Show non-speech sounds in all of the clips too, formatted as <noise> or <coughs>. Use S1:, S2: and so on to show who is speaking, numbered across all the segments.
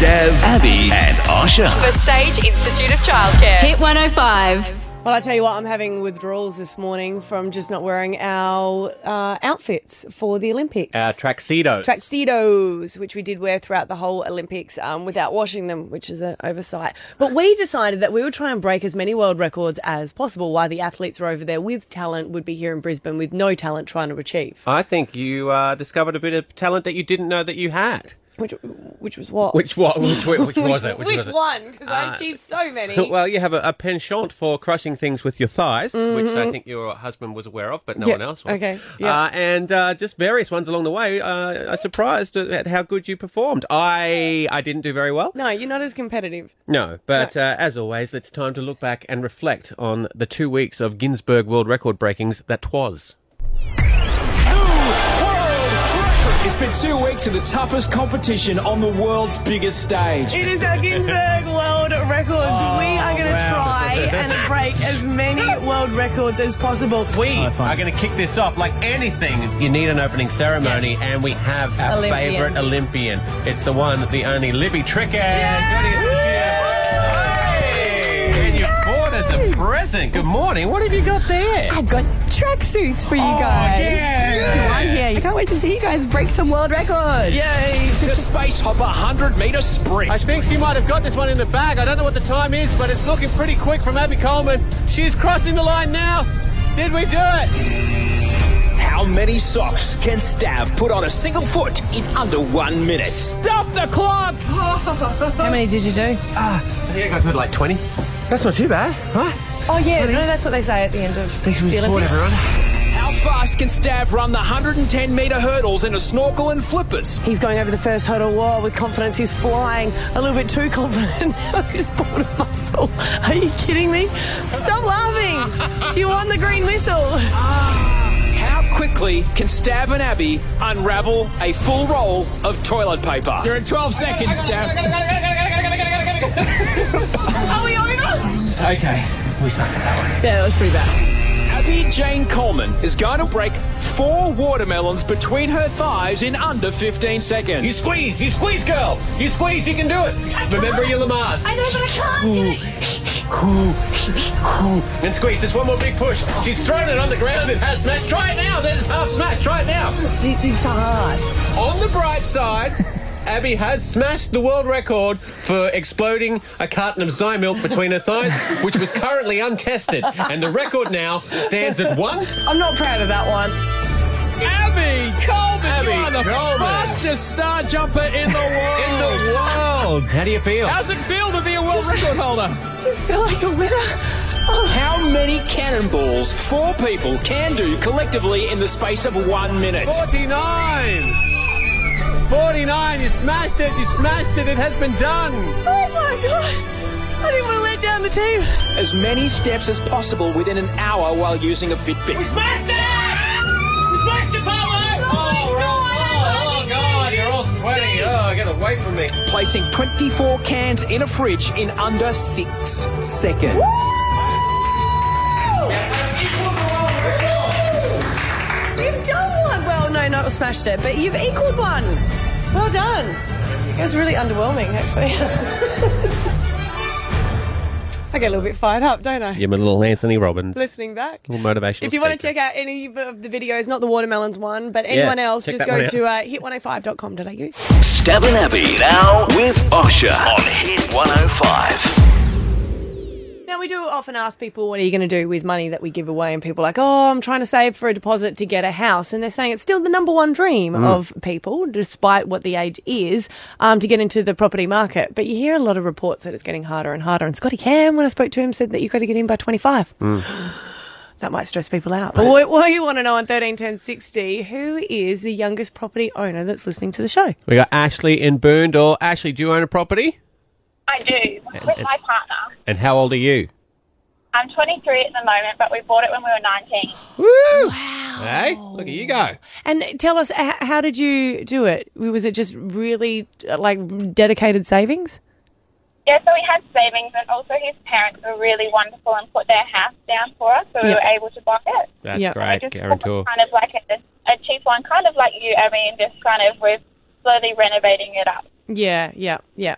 S1: Dev, Abby, and Arsha.
S2: The Sage Institute of Childcare.
S3: Hit 105.
S4: Well, I tell you what, I'm having withdrawals this morning from just not wearing our uh, outfits for the Olympics.
S5: Our tuxedos.
S4: Tuxedos, which we did wear throughout the whole Olympics um, without washing them, which is an oversight. But we decided that we would try and break as many world records as possible while the athletes are over there with talent would be here in Brisbane with no talent trying to achieve.
S5: I think you uh, discovered a bit of talent that you didn't know that you had.
S4: Which, which was
S5: <laughs>
S4: what?
S5: Which what? Which, which was it? Uh,
S4: Which one? Because I achieved so
S5: <laughs>
S4: many.
S5: Well, you have a, a penchant for crushing things with your thighs, which I think your husband was aware of, but no
S4: Yeah,
S5: one else was.
S4: okay, yeah.
S5: Uh, and uh, just various ones along the way. Uh, I'm surprised at how good you performed. I I didn't do very well.
S4: no, you're not as competitive.
S5: No, but Uh, as always, it's time to look back and reflect on the two weeks of Ginsberg world record breakings that was.
S6: It's been two weeks of the toughest competition on the world's biggest stage.
S4: It is our Ginsberg World Records.
S6: Oh,
S4: we are going to try and break as many world records as possible.
S5: We are
S6: fine.
S5: going to kick this off like anything. You need an opening ceremony, and we have our
S4: Olympian.
S5: favourite Olympian. It's the one, the only Libby Trickett. Hey, and you bought us a present. Good morning. What have you got there? Oh,
S7: I've got tracksuits for you guys.
S5: yeah.
S7: I'm here. I can't wait to see you guys break some world records.
S6: Yay! The Space Hopper 100 metre sprint.
S5: I think she might have got this one in the bag. I don't know what the time is, but it's looking pretty quick from Abby Coleman. She's crossing the line now. Did we do it?
S6: How many socks can Stav put on a single foot in under one minute? Stop the
S4: <laughs>
S6: clock! Uh,
S3: How many did you do?
S5: I think I got to like 20. That's not too bad, right?
S3: Oh, yeah. No, that's what they say at the end of
S5: Thanks for your support, everyone.
S6: How fast can Stav run the 110 metre hurdles in a snorkel and flippers?
S4: <laughs> He's going over the first hurdle wall with confidence. He's flying a little bit too confident. <laughs> Now he's pulled a muscle. Are you kidding me? Stop laughing. Do you want the green whistle?
S6: Ah. How quickly can Stav and Abby unravel a full roll of toilet paper? You're in 12 seconds, Stav.
S4: <laughs> Are we over?
S6: Okay, we suck at that one.
S4: Yeah, that was pretty bad.
S6: Abby Jane Coleman is going to break four watermelons between her thighs in under 15 seconds.
S5: You squeeze, you squeeze, girl. You squeeze, you can do it. Remember your Lamars. I know, but I can't. And squeeze, just one more big push. She's thrown it on the ground, it has smashed. Try it now, that is half smashed. Try it now.
S4: It's hard.
S5: On the bright side, Abby has smashed the world record for exploding a carton of Zymilk between her thighs, which was currently untested. And the record now stands at one.
S3: I'm not proud of that one.
S6: <laughs> Abby Coleman, you
S5: Abby
S6: are the
S5: Coleman.
S6: fastest star jumper in the world.
S5: <laughs> In the world. How do you feel?
S6: How's it feel to be a world record holder?
S3: feel like a winner.
S5: Oh.
S6: How many cannonballs four people can do collectively in the space of one minute?
S5: 49! 49, you smashed it, you smashed it, it has been done!
S4: Oh my god. I didn't want to let down the team.
S6: As many steps as possible within an hour while using a Fitbit.
S5: Smashed it! We smashed it, Pablo! Oh, oh, oh, God, you're all sweaty. Oh, get away from me.
S6: placing 24 cans in a fridge in under six seconds.
S5: Uh,
S4: You've done one. Well, no, not smashed it, but you've equaled one. Well done. It was really underwhelming, actually. <laughs> I get a little bit fired up, don't I?
S5: You're my little Anthony Robbins.
S4: Listening back.
S5: little motivational
S4: If you want to
S5: speaker.
S4: check out any of the videos, not the watermelons one, but anyone else,
S5: check
S4: just
S5: that
S4: go
S5: one out.
S4: to uh, hit105.com.au.
S1: Stab and Abby now with Osha on Hit 105.
S4: Now, we do often ask people, what are you going to do with money that we give away? And people are like, oh, I'm trying to save for a deposit to get a house. And they're saying it's still the number one dream of people, despite what the age is, um, to get into the property market. But you hear a lot of reports that it's getting harder and harder. And Scotty Cam, when I spoke to him, said that you've got to get in by 25.
S8: Uh,
S4: That might stress people out. But what, what you want to know on 131060, who is the youngest property owner that's listening to the show?
S5: We got Ashley in Boondore. Ashley, do you own a property?
S9: I do, with my partner.
S5: And how old are you?
S9: I'm 23 at the moment, but we bought it when we were 19.
S5: Woo! Wow. Hey, look at you go.
S4: And tell us, h- how did you do it? Was it just really uh, like dedicated savings?
S9: Yeah, so we had savings, and also his parents were really wonderful and put their house down for us, so we
S4: Yeah.
S9: were able to buy it.
S5: That's
S4: Yeah.
S9: I
S5: great,
S9: just
S5: guarantor.
S9: Kind of like a, a cheap one, kind of like you, I mean, just kind of we're slowly renovating it up.
S4: Yeah, yeah, yeah.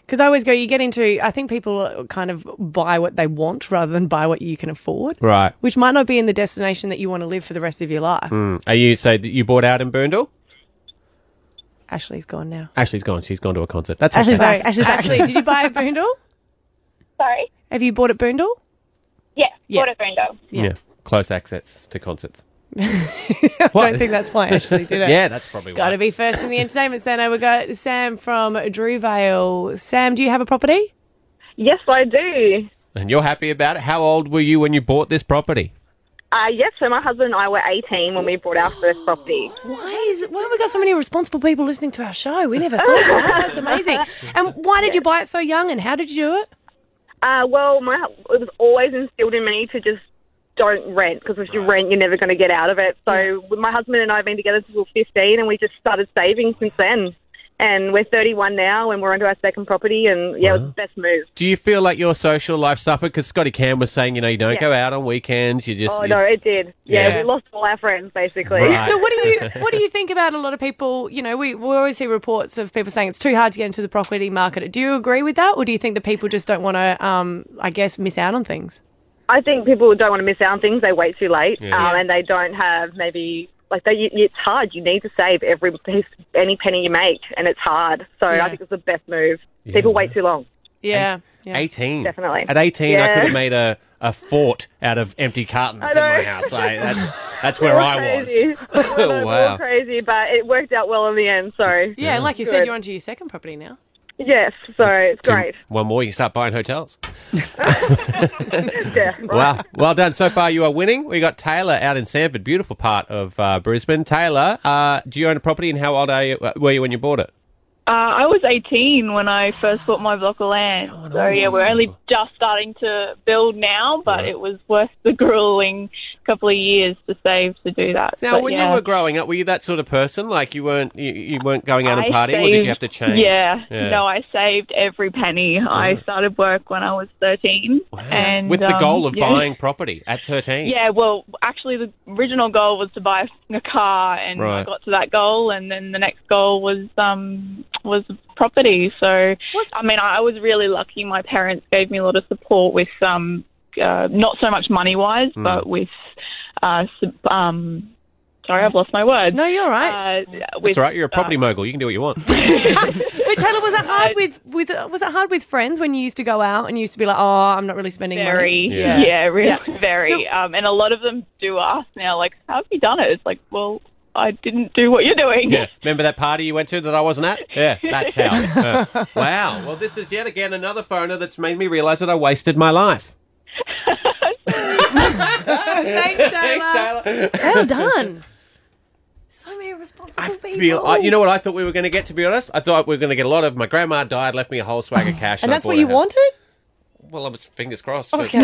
S4: Because I always go, you get into, I think people uh, kind of buy what they want rather than buy what you can afford.
S5: Right.
S4: Which might not be in the destination that you want to live for the rest of your life.
S5: Hmm. Are you so that you bought out in Burndall?
S4: Ashley's gone now.
S5: Ashley's gone. She's gone to a concert. That's
S3: Ashley's
S5: okay.
S3: back. Ashley's back.
S4: Ashley, did you buy a Boondall?
S9: <laughs> Sorry?
S4: Have you bought at Boondall?
S9: Yes,
S4: Yeah.
S9: yeah. Brendo.
S5: Yeah. Close access to
S4: <laughs>
S5: concerts.
S4: I don't think that's why Ashley
S5: <laughs>
S4: did it.
S5: Yeah, that's probably why.
S4: Got to be first in the entertainment centre. We got Sam from Drewvale. Sam, do you have a property?
S8: Yes, I do.
S5: And you're happy about it. How old were you when you bought this property?
S8: Uh, yes, so my husband and I were 18 when we bought our first property.
S4: Why is why have we got so many responsible people listening to our show? We never thought about that. That's
S8: <laughs>
S4: amazing. And why did you buy it so young? And how did you do it?
S8: Uh, well, my hu- it was always instilled in me to just don't rent because if you rent, you're never going to get out of it. So with my husband and I have been together since we were 15, and we just started saving since then. And we're 31 now, and we're onto our second property, and yeah, it was the best move.
S5: Do you feel like your social life suffered? Because Scotty Cam was saying, you know, you don't
S8: Yeah.
S5: go out on weekends. You just
S8: Oh
S5: you-
S8: no, it did. Yeah,
S5: Yeah.
S8: we lost all our friends basically.
S5: Right.
S4: So what do
S5: <laughs>
S4: you what do you think about a lot of people? You know, we, we always hear reports of people saying it's too hard to get into the property market. Do you agree with that, or do you think that people just don't want to, um, I guess, miss out on things?
S8: I think people don't want to miss out on things. They wait too late,
S5: Yeah.
S8: um, and they don't have maybe like they. you- It's hard. You need to save every piece, any penny you make, and it's hard. So
S4: Yeah.
S8: I think it's the best move. People wait too long.
S4: Yeah, yeah.
S5: 18.
S8: Definitely.
S5: At 18, I
S8: Yeah.
S5: could have made a, a fort out of empty cartons at
S8: know.
S5: my house.
S10: <laughs>
S5: I, that's that's where I was. <laughs>
S8: crazy. <laughs> I know, we
S5: Wow.
S8: All crazy, but it worked out well in the end. So
S4: Yeah, and like you said,
S8: Good.
S4: you're onto your second property now.
S8: yes, so it's great. <laughs>
S5: One more, you start buying hotels.
S8: Yeah, right.
S5: Wow. Well done. So far, you are winning. We got Taylor out in Sanford, beautiful part of uh, Brisbane. Taylor, uh, do you own a property and how old are you, uh, were you when you bought it?
S10: Uh, I was 18 when I first bought my block of land. so, yeah, we're only just starting to build now, but
S5: Right.
S10: it was worth the grueling couple of years to save to do that.
S5: Now,
S10: But,
S5: when
S10: yeah.
S5: you were growing up, were you that sort of person? Like you weren't you, you weren't going out and
S10: I
S5: partying, or did you
S10: saved-
S5: have to change?
S10: Yeah, no, I saved every penny. I started work when I was 13. And,
S5: with the
S10: um,
S5: goal of
S10: yeah.
S5: buying property at thirteen.
S10: Yeah, well, actually, the original goal was to buy a car, and
S5: Right.
S10: I got to that goal, and then the next goal was um was property. So, I mean, I was really lucky. My parents gave me a lot of support with um uh, not so much money wise,
S5: Hmm.
S10: but with uh sup- um sorry, I've lost my words.
S4: No, you're all right.
S10: Uh,
S5: That's
S10: with,
S5: right. You're a property mogul. You can do what you want.
S4: But Taylor, was it
S8: <laughs>
S4: hard with with was it hard with friends when you used to go out and you used to be like, oh, I'm not really spending
S10: Very,
S4: money?
S10: yeah, really very.
S4: So-
S10: um, and a lot of them do ask now, like, "How have you done it?" It's like, well, I didn't do what you're doing.
S5: Yeah. Remember that party you went to that I wasn't at? Yeah, that's how. Yeah. Wow. Well, this is yet again another phoner that's made me realise that I wasted my life. <laughs>
S4: Thanks, Taylor.
S5: Thanks, Taylor.
S4: Well done. So many responsible
S5: I
S4: people.
S5: feel. I, you know what I thought we were going to get. To be honest, I thought we were going to get a lot of. My grandma died, left me a whole swag of cash,
S4: and that's
S5: I
S4: what
S5: bought a
S4: you
S5: house.
S4: wanted.
S5: Well, I was fingers crossed. Okay.
S1: <laughs>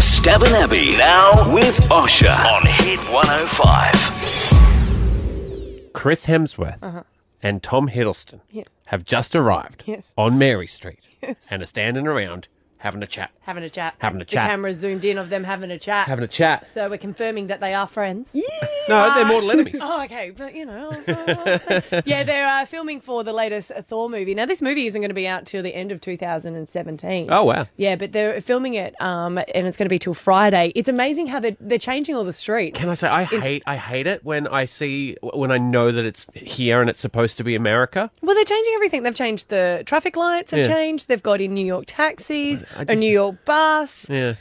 S1: Stabbin' Abbey <laughs> now with Osha on Hit 105.
S5: Chris Hemsworth
S4: Uh-huh.
S5: and Tom Hiddleston have just arrived
S4: Yes.
S5: on Mary Street and are standing around having a chat.
S4: Having a chat.
S5: Having a
S4: the
S5: chat.
S4: The camera zoomed in of them having a chat.
S5: Having a chat.
S4: so we're confirming that they are friends.
S5: No, they're mortal enemies.
S4: <laughs> Oh, okay, but you know, I was- I was
S5: <laughs>
S4: saying- yeah, they're uh, filming for the latest Thor movie. Now, this movie isn't going to be out till the end of 2017.
S5: Oh, wow.
S4: Yeah, but they're filming it, um, and it's going to be till Friday. It's amazing how they're, they're changing all the streets.
S5: Can I say I hate I hate it when I see when I know that it's here and it's supposed to be America.
S4: Well, they're changing everything. They've changed the traffic lights. Have
S5: Yeah.
S4: changed. They've got in New York taxis,
S5: I
S4: a
S5: just-
S4: New York bus.
S5: Yeah.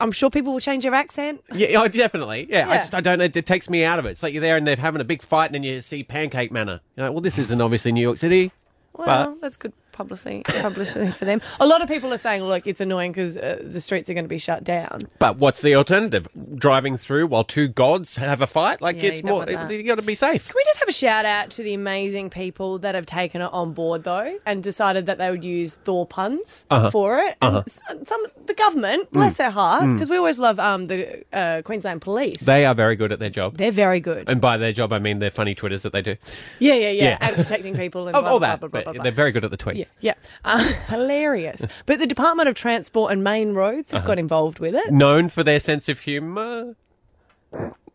S4: I'm sure people will change their accent.
S5: Yeah, I definitely. Yeah, I
S4: Yeah.
S5: just I don't. It, it takes me out of it. It's like you're there and they're having a big fight, and then you see Pancake Manor. You're like, well, this isn't obviously New York City.
S4: Well, that's good publicity, publicity for them. A lot of people are saying, look, it's annoying because uh, the streets are going to be shut down.
S5: But what's the alternative? Driving through while two gods have a fight? Like
S4: Yeah,
S5: it's
S4: you don't
S5: more.
S4: want that.
S5: You got to be safe.
S4: Can we just have a shout out to the amazing people that have taken it on board though, and decided that they would use Thor puns
S5: Uh-huh.
S4: for it? And s- some the government,
S5: Mm.
S4: bless their heart, because we always love um, the uh, Queensland Police.
S5: They are very good at their job.
S4: They're very good.
S5: And by their job, I mean their funny Twitters that they do.
S4: yeah, yeah, yeah,
S5: Yeah.
S4: and protecting people and
S5: Of
S4: blah,
S5: all
S4: blah,
S5: that.
S4: blah, blah, blah,
S5: but
S4: blah.
S5: They're very good at the tweets.
S4: Yeah, yeah. <laughs> Uh, hilarious. But the Department of Transport and Main Roads
S5: Uh-huh.
S4: have got involved with it.
S5: Known for their sense of humour.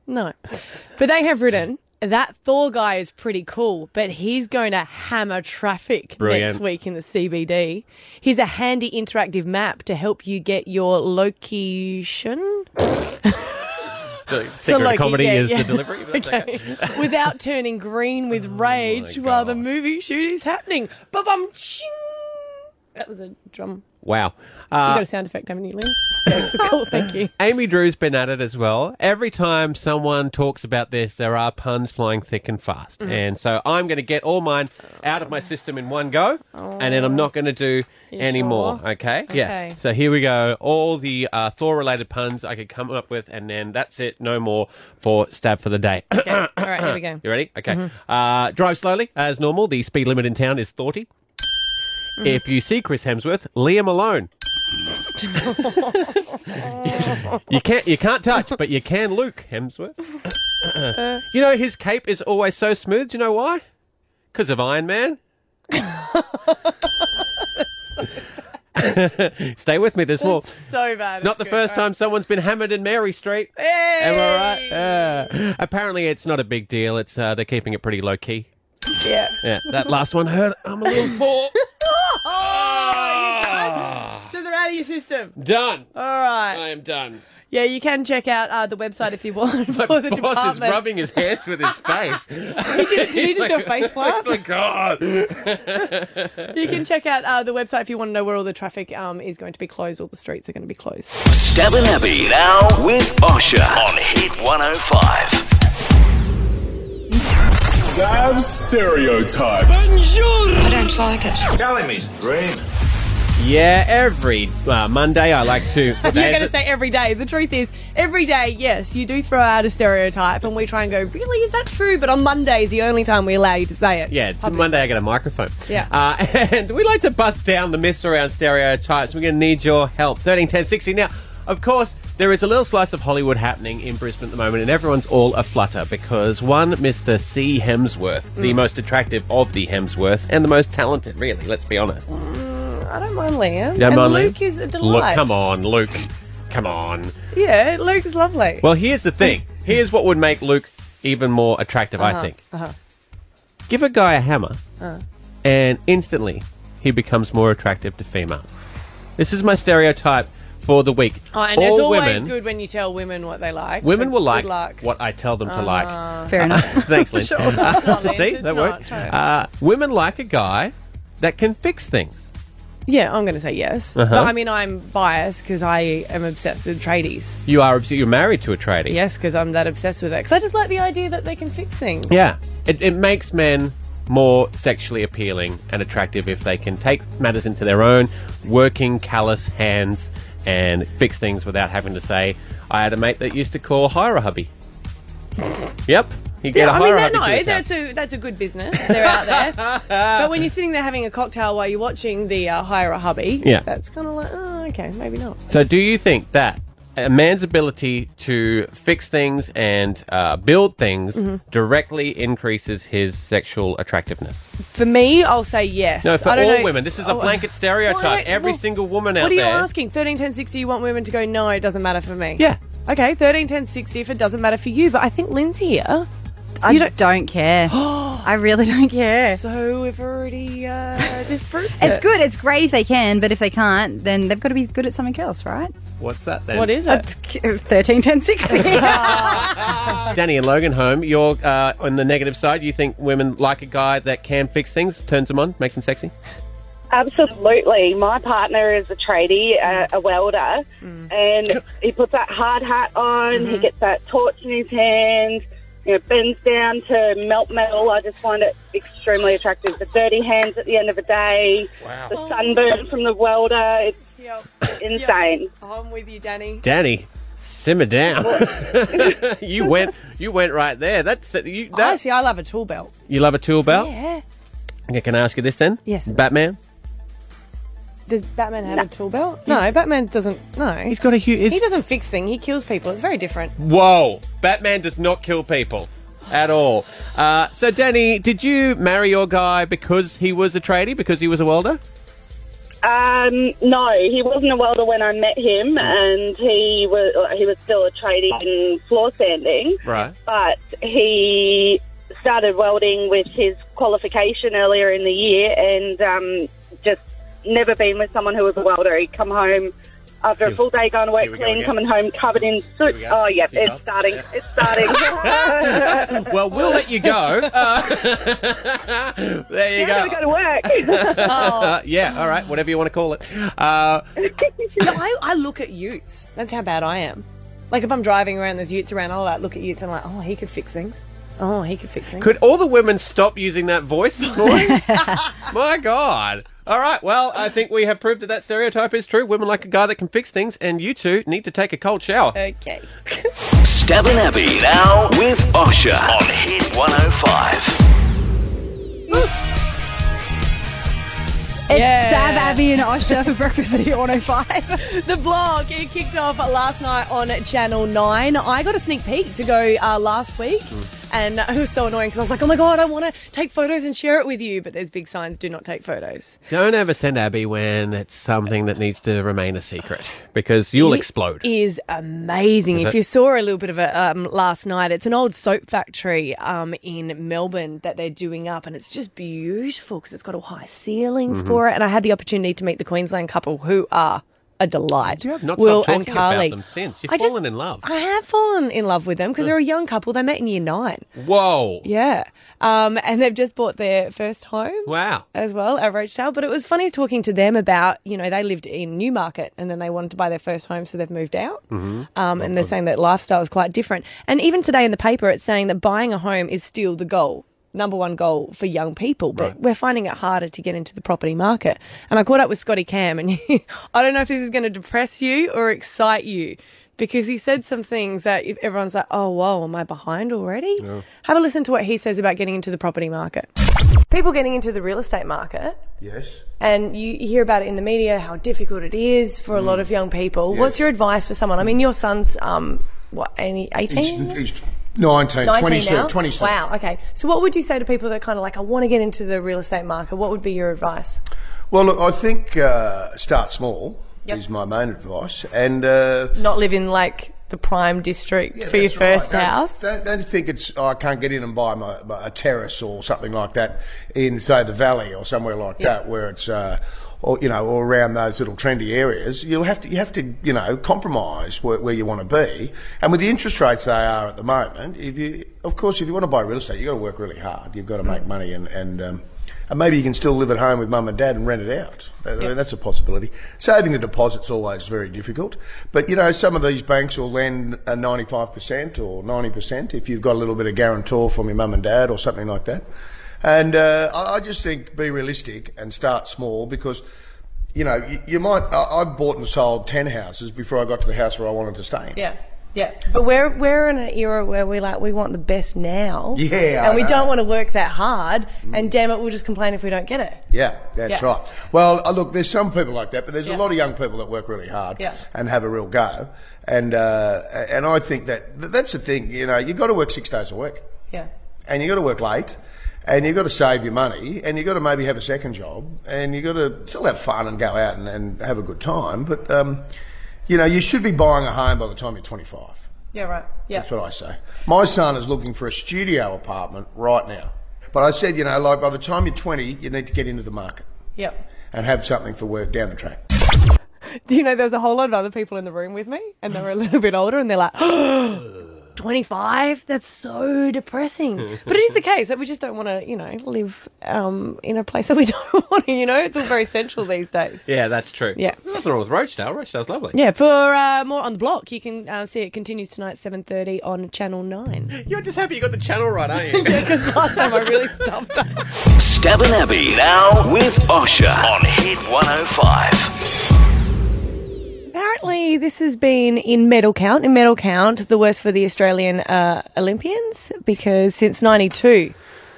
S4: No. But they have written That Thor guy is pretty cool, but he's going to hammer traffic
S5: Brilliant.
S4: next week in the CBD. Here's a handy interactive map to help you get your location
S5: The
S4: So,
S5: secret of
S4: like,
S5: comedy
S4: yeah,
S5: is
S4: yeah.
S5: the
S4: <laughs>
S5: delivery. That's okay. Oh
S4: without turning green with rage while the movie shoot is happening. Ba-bum ching. That was a drum.
S5: Wow.
S4: you
S5: Uh,
S4: got a sound effect, haven't you, Lynn? That's cool. Thank you.
S5: <laughs> Amy Drew's been at it as well. Every time someone talks about this, there are puns flying thick and fast.
S4: Mhm.
S5: And so I'm going to get all mine out of my system in one go,
S4: Oh.
S5: and then I'm not going to do
S4: You
S5: any more. Okay?
S4: Okay.
S5: Yes. So here we go. All the uh, Thor related puns I could come up with, and then that's it. No more for Stab for the Day. <coughs>
S4: All right, here we go. Mm-hmm.
S5: You ready? Okay. Uh, drive slowly, as normal. The speed limit in town is 30.
S4: Mm-hmm.
S5: If you see Chris Hemsworth, Liam alone. you can't you can't touch, but you can Luke
S4: <laughs>
S5: Hemsworth. you know his cape is always so smooth. Do you know why? Because of Iron Man. <laughs> Stay with me. There's more.
S4: So bad.
S5: It's not the first time someone's been hammered in Mary Street. Am I right? Yeah. apparently, it's not a big deal. It's uh, they're keeping it pretty low key.
S4: Yeah. Oh,
S5: Yeah, that
S4: <laughs>
S5: last one hurt. I'm a little full. Ah.
S4: So they're out of your system.
S5: done.
S4: All right.
S5: I am done.
S4: Yeah, you can check out uh, the website if you want
S5: <laughs> My
S4: for <laughs> the
S5: boss
S4: department.
S5: is rubbing his hands with
S4: <laughs>
S5: his face. he
S4: did he
S5: <laughs>
S4: just do a face plant?
S5: He's like,
S4: <laughs>
S5: God.
S4: You can check out uh, the website if you want to know where all the traffic um, is going to be closed, all the streets are going to be closed.
S5: <laughs>
S1: Stabbin' Abbey now with Osha on Hit 105.
S11: Stab stereotypes. Bonjour. I don't like it. Calamy's dream.
S5: Yeah, every uh, Monday I like
S4: <laughs>
S5: to.
S4: You're
S5: What day is <laughs>
S4: going to
S5: it?
S4: say every day. The truth is, every day, yes, you do throw out a stereotype, and we try and go, really, is that true? But on Monday is the only time we allow you to say it.
S5: Yeah, Monday I get a microphone.
S4: Yeah.
S5: Uh, <laughs> and we like to bust down the myths around stereotypes. We're going to need your help. 13, 10, 60. Now, of course, there is a little slice of Hollywood happening in Brisbane at the moment, and everyone's all aflutter because one Mr. C. Hemsworth, the
S4: Mm.
S5: most attractive of the Hemsworths and the most talented, really, let's be honest.
S4: Mm, I don't mind Liam.
S5: Yeah,
S4: and
S5: Marlene?
S4: Luke is a delight.
S5: Look, come on, Luke. Come on.
S4: Yeah, Luke's lovely.
S5: Well, here's the
S4: <laughs>
S5: thing. Here's what would make Luke even more attractive, I think.
S4: Uh-huh.
S5: Give a guy a hammer.
S4: Uh.
S5: and instantly he becomes more attractive to females. This is my stereotype for the week.
S4: Oh, and it's
S5: All
S4: always
S5: women,
S4: good when you tell women what they like.
S5: women
S4: so
S5: will
S4: good
S5: like
S4: luck.
S5: what I tell them to
S4: Ah.
S5: like.
S4: Fair
S5: Uh, <laughs>
S4: enough.
S5: thanks, Lynn.
S4: <laughs> Sure.
S5: Uh,
S4: No, Lynn,
S5: see,
S4: it's
S5: that
S4: not.
S5: worked.
S4: Try it.
S5: Uh, women like a guy that can fix things.
S4: Yeah, I'm going to say yes.
S5: Uh-huh.
S4: But I mean, I'm biased because I am obsessed with tradies.
S5: You are obs- you're married to a tradie.
S4: Yes, because I'm that obsessed with it. Because I just like the idea that they can fix things.
S5: Yeah. It, it makes men more sexually appealing and attractive if they can take matters into their own working, callous hands and fix things without having to say, I had a mate that used to call hire a hubby. <laughs> yep. You get
S4: yeah,
S5: a
S4: I
S5: hire
S4: mean,
S5: a hubby.
S4: that,
S5: to
S4: no,
S5: his
S4: that's
S5: house.
S4: a that's a good business. They're out there, <laughs> but when you're sitting there having a cocktail while you're watching the uh, hire a hubby,
S5: Yeah.
S4: that's kind of like, oh, okay, maybe not.
S5: So, do you think that a man's ability to fix things and uh, build things
S4: Mhm.
S5: directly increases his sexual attractiveness?
S4: For me, I'll say yes.
S5: No, for
S4: I
S5: all
S4: don't know-
S5: women. This is a
S4: Oh, <laughs>
S5: blanket stereotype.
S4: well, I don't-
S5: Every
S4: well,
S5: single woman out
S4: What are you
S5: there.
S4: asking? Thirteen ten sixty. You want women to go? No, it doesn't matter for me.
S5: Yeah.
S4: Okay, thirteen ten sixty. If it doesn't matter for you, but I think Lynn's here.
S7: I don't,
S4: <gasps>
S7: care. I really don't care.
S4: So we've already uh, disproved.
S7: It's
S4: it.
S7: good. It's great if they can, but if they can't, then they've got to be good at something else, right?
S5: What's that then?
S7: What is it? <laughs> 13, 10,
S4: <laughs>
S7: 60.
S5: Danny and Logan home. You're uh, on the negative side. You think women like a guy that can fix things, turns them on, makes them sexy.
S12: Absolutely. My partner is a tradie, uh, a welder,
S7: Mm.
S12: and he puts that hard hat on,
S7: Mm-hmm.
S12: he gets that torch in his hand, you know, bends down to melt metal. I just find it extremely attractive. The dirty hands at the end of the day,
S5: Wow.
S12: the sunburn from the welder, it's insane.
S4: I'm with you, Danny.
S5: Danny, simmer down. <laughs> you went, you went right there. That's it. you.
S4: I
S5: That,
S4: see. I love a tool belt.
S5: you love a tool belt.
S4: Yeah.
S5: Okay, can I ask you this then?
S4: Yes.
S5: Batman.
S4: Does Batman have a tool belt? No, Batman doesn't. No, he's
S5: got a huge.
S4: He doesn't fix things. He kills people. It's very different.
S5: Whoa! Batman does not kill people at all. Uh, so, Danny, did you marry your guy because he was a tradie, because he was a welder? <laughs>
S12: Um, no, he wasn't a welder when I met him, and he was he was still a tradie in floor sanding.
S5: Right.
S12: but he started welding with his qualification earlier in the year and um, just never been with someone who was a welder. He'd come home after a full day going to work
S5: we go
S12: clean,
S5: again.
S12: coming home covered in soot. Oh, yep,
S5: Here we
S12: it's
S5: go.
S12: starting. It's
S5: <laughs>
S12: starting.
S5: well, we'll let you go. Uh, <laughs> there you
S12: Now
S5: go.
S12: we go to work.
S4: Oh.
S5: <laughs>
S4: <laughs>
S5: yeah, all right, whatever you want to call it. Uh,
S4: no, I, I look at utes. That's how bad I am. Like if I'm driving around, there's utes around. I'll like look at utes and I'm like, oh, he could fix things. Oh, he could fix things.
S5: could all the women stop using that voice this
S4: <laughs>
S5: morning? My God. All right, well, I think we have proved that that stereotype is true. Women like a guy that can fix things, and you two need to take a cold shower.
S4: Okay.
S1: Stabbin' Abbey now with Osha on Hit 105.
S7: It's Stab Abby and Osha for Breakfast at Hit 105.
S4: The blog, it kicked off last night on Channel 9. I got a sneak peek to go uh, last week. And it was so annoying because I was like, oh my God, I want to take photos and share it with you. But there's big signs do not take photos.
S5: Don't ever send Abby when it's something that needs to remain a secret because you'll
S4: It
S5: explode.
S4: Is amazing.
S5: Is
S4: if
S5: it?
S4: you saw a little bit of it um, last night, it's an old soap factory um, in Melbourne that they're doing up, and it's just beautiful because it's got all high ceilings
S5: Mm-hmm.
S3: Mhm.
S4: for it. And I had the opportunity to meet the Queensland couple who are a delight. You have
S5: Not
S4: Will
S5: stop talking
S4: and Carly.
S5: about them since. You've
S4: I just-
S5: fallen in love.
S4: I have fallen in love with them because they're a young couple. They met in year nine.
S5: Whoa.
S4: Yeah. Um, and they've just bought their first home
S5: Wow.
S4: as well at Roachdale. But it was funny talking to them about, you know, they lived in Newmarket and then they wanted to buy their first home, so they've moved out.
S3: Mm-hmm.
S4: Um, and they're saying that lifestyle is quite different. And even today in the paper, it's saying that buying a home is still the goal, number one goal for young people. But we're finding it harder to get into the property market. And I caught up with Scotty Cam, and <laughs> I don't know if this is going to depress you or excite you because he said some things that if everyone's like, oh, whoa, am I behind already? Have a listen to what he says about getting into the property market. People getting into the real estate market.
S13: Yes.
S4: And you hear about it in the media, how difficult it is for a lot
S13: Mm.
S4: of young people.
S13: Yes.
S4: What's your advice for someone? I mean, your son's, um, what, any- 18?
S13: He's, he's 19, 20,
S4: now?
S13: 20
S4: Wow, okay. So what would you say to people that are kind of like, I want to get into the real estate market? What would be your advice?
S13: Well, look, I think uh, start small
S4: Yep.
S13: is my main advice. And uh,
S4: Not live in like the prime district
S13: Yeah,
S4: for your
S13: that's right.
S4: first
S13: Don't-
S4: house?
S13: Don't, don't think it's oh, I can't get in and buy my, my- a terrace or something like that in say the valley or somewhere like
S4: Yeah.
S13: that where it's uh, or you know or around those little trendy areas. You'll have to you have to you know compromise where, where you want to be. And with the interest rates they are at the moment, if you of course if you want to buy real estate, you've got to work really hard. You've got
S4: Mm.
S13: to make money and and. Um, and maybe you can still live at home with mum and dad and rent it out. Uh, That's a possibility. Saving a deposit's always very difficult, but you know some of these banks will lend a ninety-five percent or ninety percent if you've got a little bit of guarantor from your mum and dad or something like that. And uh, I, I just think be realistic and start small because you know you, you might. I, I bought and sold ten houses before I got to the house where I wanted to stay. in.
S4: Yeah. Yeah, but we're we're in an era where we like we want the best now.
S13: Yeah, I
S4: and we
S13: know. Mm.
S4: don't want to work that hard. And damn it, we'll just complain if we don't get it.
S13: Yeah, that's
S4: Yeah.
S13: right. Well, uh, look, there's some people like that, but there's a lot of young people that work really hard
S4: Yeah.
S13: and have a real go. And uh, and I think that th- that's the thing. You know, you've got to work six days a week,
S4: Yeah.
S13: and you've got to work late, and you've got to save your money, and you've got to maybe have a second job, and you've got to still have fun and go out and, and have a good time. But um, you know, you should be buying a home by the time you're 25.
S4: Yeah, right. Yeah.
S13: That's what I say. My son is looking for a studio apartment right now. But I said, you know, like by the time you're 20, you need to get into the market
S4: Yep.
S13: and have something for work down the track.
S4: Do you know there was a whole lot of other people in the room with me and they were a little bit older and they're like, <gasps> 25? That's so
S5: <laughs>
S4: depressing. But it is the case that we just don't want to, you know, live um, in a place that we <laughs> don't want to, <laughs> you know? It's all very central these days.
S5: Yeah, that's true.
S4: Yeah.
S5: Nothing wrong with Roachdale. Roachdale's lovely.
S4: Yeah, for uh, more on the block, you can uh, see it continues tonight, 7.30 on Channel 9.
S5: You're just <laughs> happy you got the channel right, aren't
S4: <laughs>
S5: you?
S4: Because last time I
S5: <laughs>
S4: really stuffed up.
S1: Stabbin' Abbey now with Osha on Hit 105.
S4: Apparently, this has been in medal count. In medal count, the worst for the Australian uh, Olympians because since '92,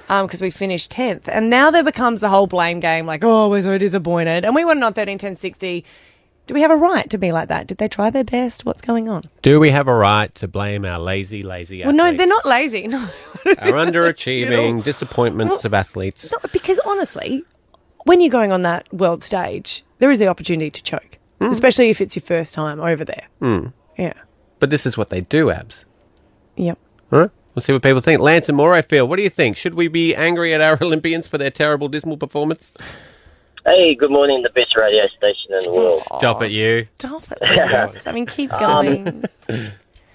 S4: because we finished tenth, and now there becomes the whole blame game. Like, oh, we're so disappointed, and we won it on thirteen ten sixty. Do we have a right to be like that? Did they try their best? What's going on?
S5: Do we have a right to blame our lazy, lazy
S4: Well,
S5: athletes?
S4: no, they're not lazy. <laughs> No,
S5: our underachieving, disappointments
S4: Well,
S5: of athletes.
S4: because honestly, when you're going on that world stage, there is the opportunity to choke,
S5: Hmm.
S4: especially if it's your first time over there.
S5: Mm.
S4: Yeah.
S5: But this is what they do, abs.
S4: Yep.
S5: All right? We'll see what people think. Lance and Morayfield, what do you think? Should we be angry at our <laughs> Olympians for their terrible, dismal performance?
S14: Hey, good morning, the best radio station in the world. Um,
S5: Stop it, you.
S4: Stop
S14: <laughs>
S4: it. Lance. I mean, keep going.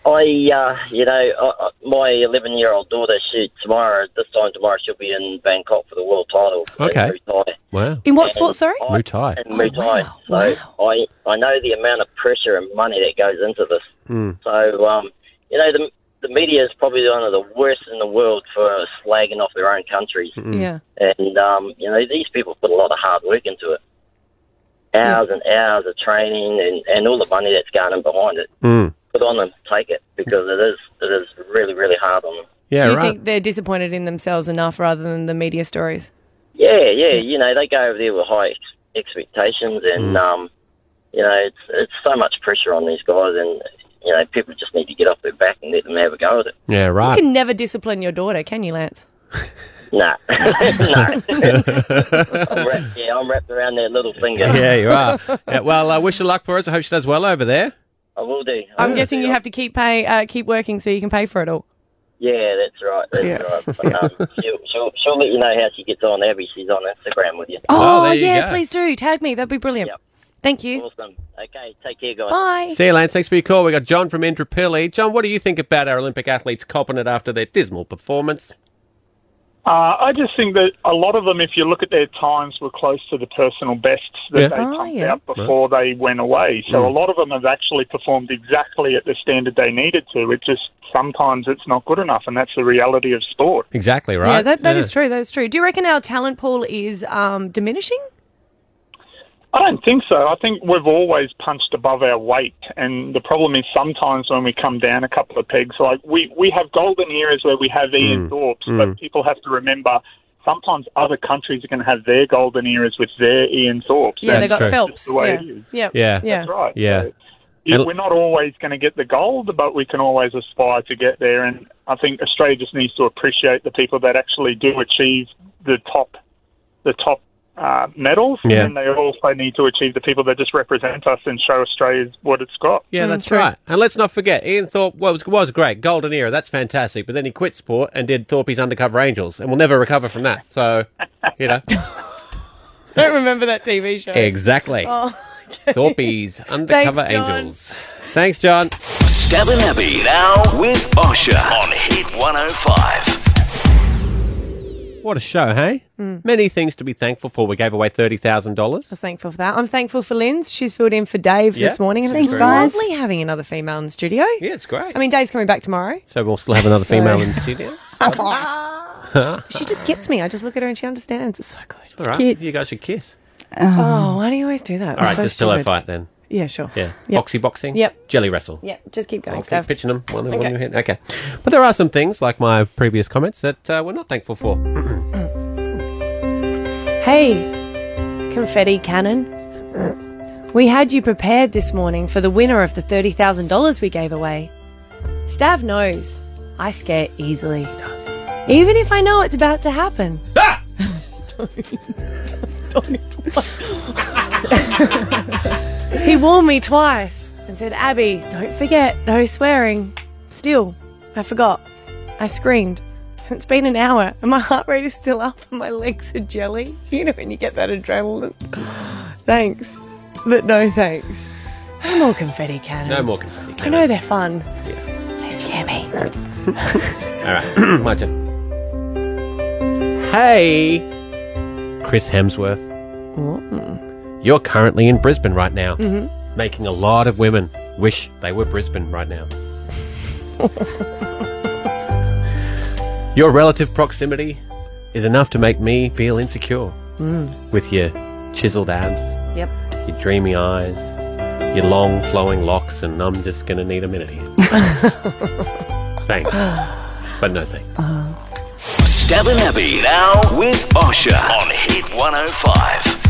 S14: I, uh, you know, I, I- my 11 year old daughter, she tomorrow, this time tomorrow, she'll be in Bangkok for the world title. for
S5: Okay.
S14: Muay Thai.
S5: Wow.
S4: In what
S14: And
S4: sport, sorry?
S14: I-
S5: Muay Thai.
S14: In Muay Thai. So I, I know the amount of pressure and money that goes into this.
S5: Mm.
S14: So, um, you know, the, the media is probably one of the worst in the world for slagging off their own countries.
S4: Yeah.
S14: And, um, you know, these people put a lot of hard work into it. Hours and hours of training and, and all the money that's going in behind it.
S5: Mm.
S14: Put on them, take it, because it is it is really, really hard on them.
S5: Yeah,
S4: you
S5: right.
S4: think they're disappointed in themselves enough rather than the media stories?
S14: Yeah, yeah, you know, they go over there with high ex- expectations
S5: Mm.
S14: and, um, you know, it's, it's so much pressure on these guys and, you know, people just need to get off their back and let them have a go
S5: <laughs>
S14: at it. <laughs>
S5: Yeah, right.
S4: You can never discipline your daughter, can you, Lance?
S14: Nah. <laughs> no. I'm wrapped, yeah, I'm wrapped around their little finger.
S5: <laughs> yeah, you are. Yeah, well, uh, wish her luck for us. I hope she does well over there.
S14: I will do. I
S4: I'm
S14: will
S4: guessing
S14: do.
S4: you have to keep pay, uh, keep working so you can pay for it all.
S14: Yeah, that's right. That's
S4: <laughs>
S14: right. But, um, she'll, she'll, she'll let you know how she gets on. Abby, she's on Instagram with you.
S4: Oh, yeah, please do tag me. That'd be brilliant. Thank you.
S14: Awesome. Okay, take care, guys.
S4: Bye.
S5: See you, Lance. Thanks for your call. We got John from Indrapilli. John, what do you think about our Olympic athletes copping it after their dismal performance?
S15: Uh, I just think that a lot of them, if you look at their times, were close to the personal bests that
S5: Yeah.
S15: they
S5: Oh,
S15: pumped
S5: yeah.
S15: out before they went away. So
S5: Mm.
S15: a lot of them have actually performed exactly at the standard they needed to. It just sometimes it's not good enough, and that's the reality of sport.
S5: Exactly
S4: Yeah, that, that is true. That is true. Do you reckon our talent pool is um, diminishing? <laughs>
S15: I don't think so. I think we've always punched above our weight, and the problem is sometimes when we come down a couple of pegs, like we, we have golden eras where we have Ian
S16: Mm.
S15: Thorpes,
S16: Mm.
S15: but people have to remember sometimes other countries are going to have their golden eras with their Ian Thorpes.
S4: Yeah, they
S15: That's
S4: got
S15: just
S4: Phelps.
S15: the way
S4: Yeah.
S15: it is.
S4: Yeah. Yeah. Yeah.
S15: That's right.
S5: Yeah.
S15: Yeah,
S5: And-
S15: We're not always going to get the gold, but we can always aspire to get there. And I think Australia just needs to appreciate the people that actually do achieve the top, the top uh, medals,
S5: Yeah.
S15: and they also need to achieve the people that just represent us and show Australia what it's got.
S4: Mm,
S5: Yeah, that's right. And let's not forget, Ian Thorpe was, was great, golden era. That's fantastic. But then he quit sport and did Thorpe's Undercover Angels, and we'll never recover from that. So, you
S4: <laughs>
S5: know,
S4: I don't remember that TV show.
S5: exactly.
S4: Oh, <laughs>
S5: Thorpe's Undercover
S4: Thanks, John.
S5: Angels. Thanks, John.
S1: Stephen Abbey now with Osher on Hit 105.
S5: What a show, hey?
S4: Hmm.
S5: Many things to be thankful for. We gave away thirty thousand dollars.
S4: I was thankful for that. I'm thankful for Lynn's. She's filled in for Dave
S5: Yeah.
S4: this morning, and
S5: Thanks,
S4: it's
S5: guys.
S4: lovely having another female in the studio.
S5: Yeah, it's great.
S4: I mean, Dave's coming
S5: <laughs>
S4: back tomorrow.
S5: So we'll still have another
S4: So-
S5: female in the
S4: <laughs>
S5: studio.
S4: she just gets me. I just look at her and she understands. It's so good.
S5: All right, you guys should kiss.
S4: Oh, why do you always do that?
S5: All right,
S4: so
S5: just till I
S4: stupid.
S5: fight then.
S4: Yeah, sure.
S5: Yeah,
S4: Yep.
S5: boxy boxing.
S4: Yep.
S5: jelly wrestle.
S4: Yeah, just keep going,
S5: I'll
S4: Steph.
S5: keep pitching them. One, okay.
S4: Okay.
S5: One you hit. okay, but there are some things like my previous comments that uh, we're not thankful for. <clears throat>
S4: Hey, confetti cannon. We had you prepared this morning for the winner of the $30,000 we gave away. Stav knows I scare easily. Even if I know it's about to happen.
S5: Ah!
S4: <laughs> he warned me twice and said, Abby, don't forget, no swearing. Still, I forgot. I screamed. And It's been an hour and my heart rate is still up and my legs are jelly. <laughs> You know when you get that adrenaline. <gasps> Thanks. But no thanks. No more confetti cannons.
S5: No more confetti
S4: I know they're fun. They scare me.
S5: <laughs> All right, <clears throat> my turn. Hey, Chris Hemsworth. You're currently in Brisbane right now,
S4: Mhm.
S5: making a lot of women wish they were Brisbane right
S4: <laughs>
S5: now. Your relative proximity is enough to make me feel insecure
S4: Mm.
S5: with your chiseled abs,
S4: Yep.
S5: your dreamy eyes, your long flowing locks, and I'm just going to need a minute
S4: <laughs>
S5: here. thanks. But no thanks.
S1: oh Stephen Abbey now with Osher on Hit 105.